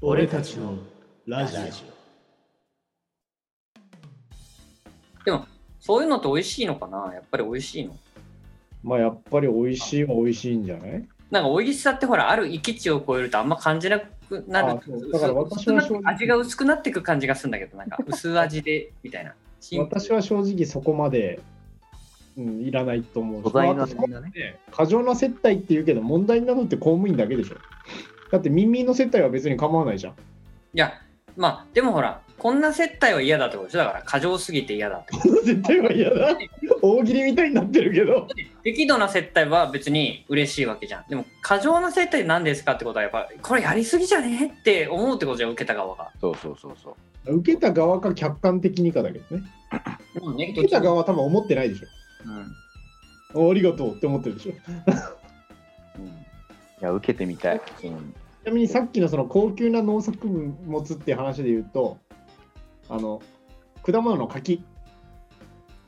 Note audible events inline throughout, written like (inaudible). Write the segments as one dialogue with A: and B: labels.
A: 俺たちのラジ
B: でも、そういうのって美味しいのかなやっぱり美味しいの。
C: まあやっぱり美味しいは美味しいんじゃない
B: なんか美味しさってほら、ある域値を超えるとあんま感じなくな
C: あ
B: る
C: そう。だから私は
B: 薄くな
C: 正直
B: 味が薄くなっていく感じがするんだけど、なんか薄味で、みたいな。シンプル
C: 私は正直そこまで、うん、いらないと思う。
A: 素材の
C: その後
A: 味がね。
C: 過剰な接待って言うけど問題なのって公務員だけでしょ。だって民民の接待は別に構わないじゃん。 (laughs)
B: いや、まあ、でもほら、こんな接待は嫌だってことでしょだから、過剰すぎて嫌だってこ
C: 絶対は嫌だ。大喜利みたいになってるけど。
B: と。適度な接待は別に嬉しいわけじゃん。でも、過剰な接待なんですかってことは、やっぱ、これやりすぎじゃねって思うってことじゃん、受けた側が。
A: そうそうそうそう。
C: 受けた側か客観的にかだけどね。
B: うん、ね
C: 受けた側は多分思ってないでし
B: うん。
C: ょ。あありがとうって思ってるでしょ。ち
A: うん、いや、受けてみたい。うん、
C: なみにさっきのその高級な農作物っていう話で言うと、あの、果物の柿。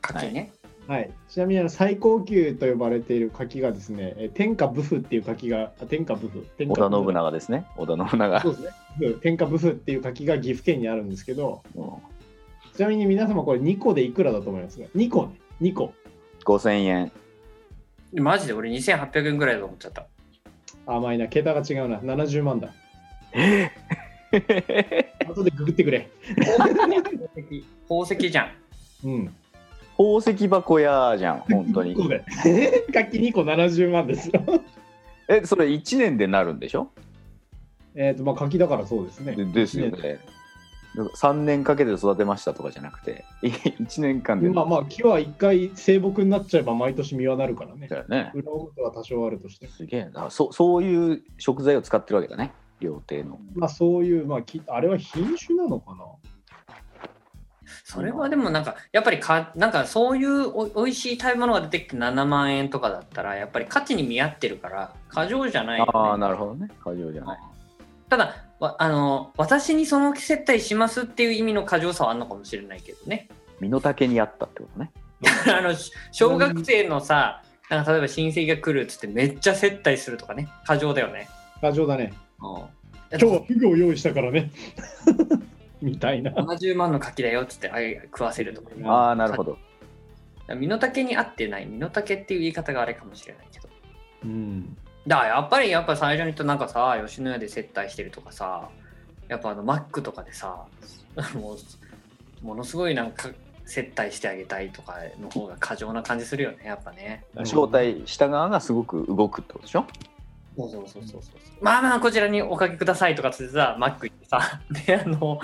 B: 柿ね。
C: はい、ちなみにあの最高級と呼ばれている柿がですね、えー天下武夫っていう柿が、あ天下武夫、天下
A: 織田信長ですね。織田信長。
C: そうですね、うん天下武夫っていう柿が岐阜県にあるんですけど、
A: うん
C: ちなみに皆様、これ2個でいくらだと思いますか ?2 個ね、2個。
A: 5000円。 (laughs)
B: マジで俺2800円ぐらいだと思っちゃ
C: (laughs)
B: った。
C: 甘いな、桁が違うな、70万だ。後でググってくれ。
B: 宝石。宝石じゃん。
C: うん、
A: 宝石箱屋じゃん、本当
C: 2個
A: (laughs) に。
C: で。柿2個70万ですよ。 (laughs)
A: え、それ1年でなるんでしょ
C: えっと、まあ、柿だからそうですね
A: で。ですよね。3年かけて育てましたとかじゃなくて、1年間で
C: まあまあ、木は1回生木になっちゃえば毎年実はなるからね
A: だ。よね。
C: 裏表は多少あるとして。
A: すげえなそ。そういう食材を使ってるわけだね、料亭の。
C: まあそういう、まあ、きあれは品種なのかな
B: それはでもなんか、やっぱりか、なんかそういうおおいしい食べ物が出てきて7万円とかだったら、やっぱり価値に見合ってるから、過剰じゃないよね、
A: ああ、なるほどね。過剰じゃない。
B: ただわあの私にその接待しますっていう意味の過剰さはあるのかもしれないけどね (laughs)
A: 身の丈にあったってことね。
B: あのし小学生のさなんか例えば親戚が来るっつってめっちゃ接待するとかね過剰だよね
C: 過剰だね。
B: 今
C: 今日はフグを用意したからね。 (laughs) みたいな。
B: 70万の柿だよっつってあい食わせるとかね、
C: うん
A: ああ、なるほど。
B: 身の丈に合ってない身の丈っていう言い方があれかもしれないけど
C: うん。
B: だからやっぱりやっぱ最初の人なんかさ吉野家で接待してるとかさやっぱあのマックとかでさ (laughs) もうものすごいなんか接待してあげたいとかの方が過剰な感じするよねやっぱね
A: 招待した側がすごく動くってことでしょ
B: そうそうそうそうそうまあまあこちらにおかけくださいとかつってさマック行ってさ (laughs) であの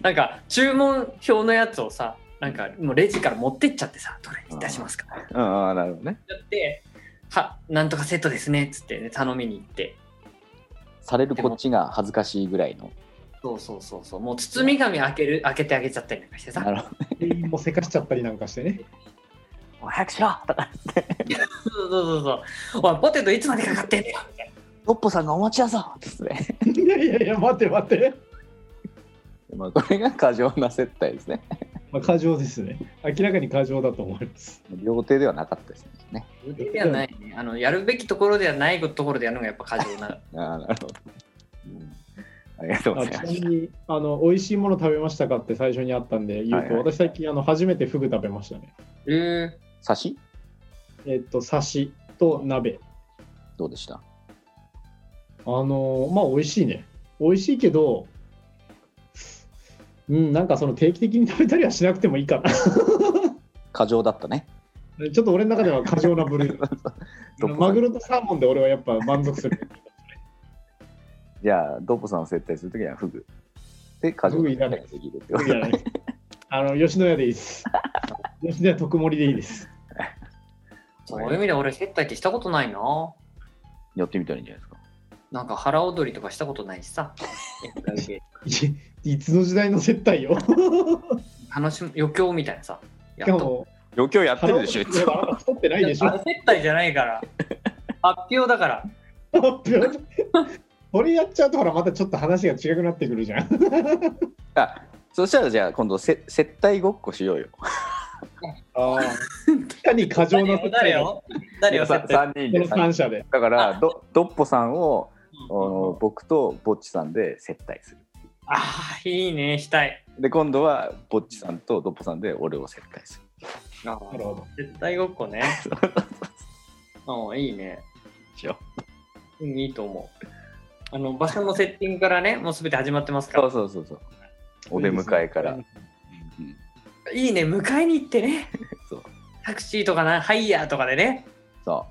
B: なんか注文表のやつをさなんかもうレジから持ってっちゃってさどれに出しますか
A: うん、ああ、なるほどね。
B: やってはなんとかセットですねっつってね頼みに行って
A: されるこっちが恥ずかしいぐらいの。
B: そうそうそうそう。もう包み紙開ける開けてあげちゃったりなんかしてさ。
A: なるほど。
C: 店員もせかしちゃったりなんかしてね。 (laughs)
A: おい早くしろとか。
B: そうそうそうそう。おいポテトいつまでかかってんだよ。みたい
A: トッポさんがお待ちだぞですね。
C: いやいやいや、待て待て。
A: (laughs) まあ、これが過剰な接待ですね。
C: まあ、過剰ですね。明らかに過剰だと思います。
A: 料亭ではなかったですね。
B: な受けではないね。あのやるべきところではないところでやるのがやっぱ過剰な。
A: ああ、なるほど。うんありがとうご
C: あ
A: ざい
C: ち
A: ま
C: な
A: し
C: み
A: た。
C: にあの、美味しいもの食べましたかって最初にあったんで言うと、
A: はいはい
C: 私最近あの初めてフグ食べましたね。
B: え
A: 刺し
C: えっと、刺しと鍋。
A: どうでした
C: あのーまあ美味しいね。美味しいけど、うん、なんかその定期的に食べたりはしなくてもいいかな。 (laughs)
A: 過剰だったね。
C: ちょっと俺の中では過剰な部
A: (laughs)
C: 類。
A: どこ
C: マグロとサーモンで俺はやっぱ満足す
A: (laughs)
C: る。
A: じゃあ、ドッポさんを接待するときはフグ。で、過剰
C: フ
A: な
C: グい
A: 接
C: ら
A: 待
C: ない
A: ができるってこと
C: いやあの吉野家でいい
A: (laughs)
C: です。吉野家特盛りでいいです。
B: そういう意味で俺接待ってしたことないな。
A: やってみたらいいんじゃないですか。
B: なんか腹踊りとかしたことないしさ。
C: いいつの時代の接待よ。
B: 楽しむ余興みたいなさ。や
C: し
B: っ
C: か
B: と
C: も、
A: 余興やってるでしょ、いつも。
C: 腹を太ってないでし
B: あ
C: ょ。
B: の
C: (laughs)
B: 接待じゃないから。発表だから。
C: これやっちゃうとほらまたちょっと話が違くなってくるじゃん。
A: あそしたらじゃあ今度せ接待ごっこしようよ。
C: ああ。 (laughs) かに過剰な
B: 誰
C: 接待だ。
B: よ誰よ接
A: さ
B: 待。
A: 三人
C: こ
A: で
C: の三者で。
A: だか
B: あ
A: らどどっぽさんをあ
B: うん
A: の僕とぼっちさんで接待する。
B: ああ、いいね、したい。
A: で今度はぼっちさんとドッポさんで俺を接待す
B: あ
C: なるほど。
B: 絶対ごっこ
C: (laughs)
B: ね。ああ、いいね。
A: るよ
B: うんいいと思う。あの、場所のセッティングからね、もうすべて始まってますか
A: そう
B: ら。
A: そうそうそうお出迎えから、うん
B: いいね、迎えに行ってね。
A: そう
B: タクシーとかな、ハイヤーとかでね、
A: そ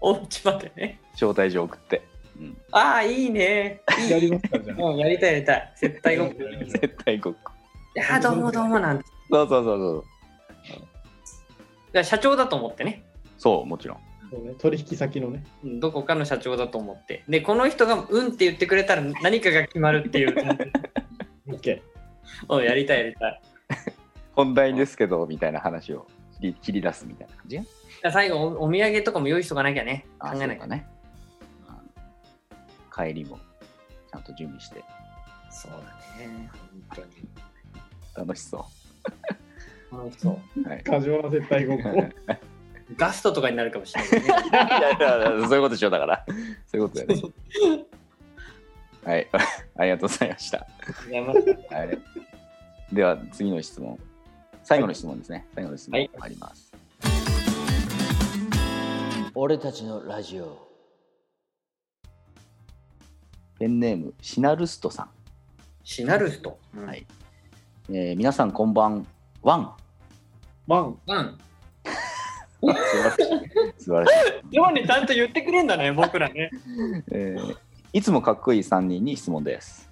B: お家までね。
A: う招待状送って、 (laughs) うん、
B: ああ、いいね。
C: やりますかじゃ
B: うん、やりたいやりたい。絶対ごっこ。
C: うん
B: い
A: 絶対ごっこ
B: やー、どうもどうもなんて。
A: そうそうそうそう
B: じゃあ社長だと思ってね。
A: そうもちろん
C: あそうね取引先のね。
B: うんどこかの社長だと思って。で、この人がうんって言ってくれたら何かが決まるっていう。
C: OK。
B: うん、やりたいやりたい。
A: 本題ですけどみたいな話を切り切り出すみたいな感じ
B: じゃあ最後お、お土産とかも用意しとかなきゃね。考
A: あ
B: え
A: そ
B: なき
A: う
B: ゃ
A: だ。ね、うん帰りもちゃんと準備して
B: そうだね。本
A: 楽しそ
B: 当に。楽しそう。
A: う、はい、
C: 過剰な接待ごっこ。
A: (laughs)
B: ガストとかになるかもしれないね。
A: いやだからそういうことでしょだからそういうことだよねはい (laughs) ありがとうございました、
B: やばい
A: はい、では次の質問最後の質問ですね、最後の質問
B: はい
A: あります、
D: 俺たちのラジオ
A: ペンネームシナルストさ
B: シナルスト。うん
A: はいん、えー皆さんこんばんワン
C: ワン。
B: うん。
A: 素晴らしい素晴らしい、
B: ジョーにちゃんと言ってくれんだね、僕ら (laughs) ね。
A: えーいつもかっこいい3人に質問です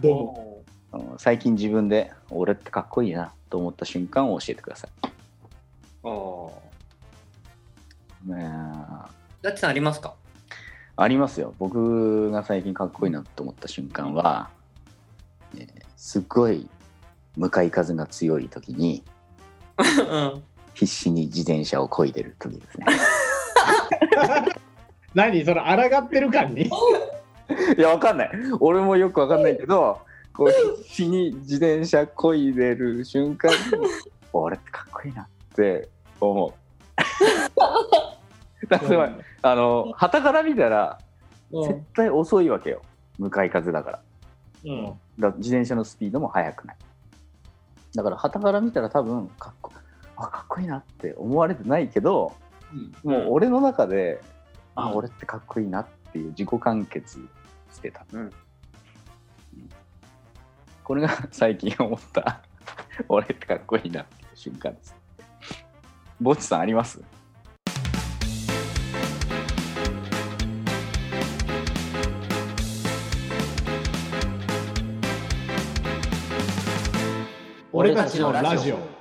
C: どうも。
A: あの最近自分で俺ってかっこいいなと思った瞬間を教えてくださ
B: おお
A: い、ねえ
B: ー。だってさんありますか
A: ありますよ僕が最近かっこいいなと思った瞬間は、えーすっごい向かい風が強い時に
B: うん。
A: 必死に自転車を漕いでる時ですね
C: 何それ、抗ってる感に
A: (laughs) いやわかんない俺もよくわかんないけどこう必死に自転車漕いでる瞬 (laughs) 間に俺ってかっこいいなって (laughs) 思うだからすごいあの旗から見たら絶対遅いわけよ向かい風だから
B: うん。
A: だ自転車のスピードも速くないだから傍から見たら多分かっこあかっこいいなって思われてないけど
B: (laughs)
A: もう俺の中で、あ
B: うん
A: 俺ってかっこいいなっていう自己完結してた、
B: うん
A: これが最近思った (laughs) 俺ってかっこいいなっていう瞬間ですぼっちさんあります
C: 俺たちのラジオ。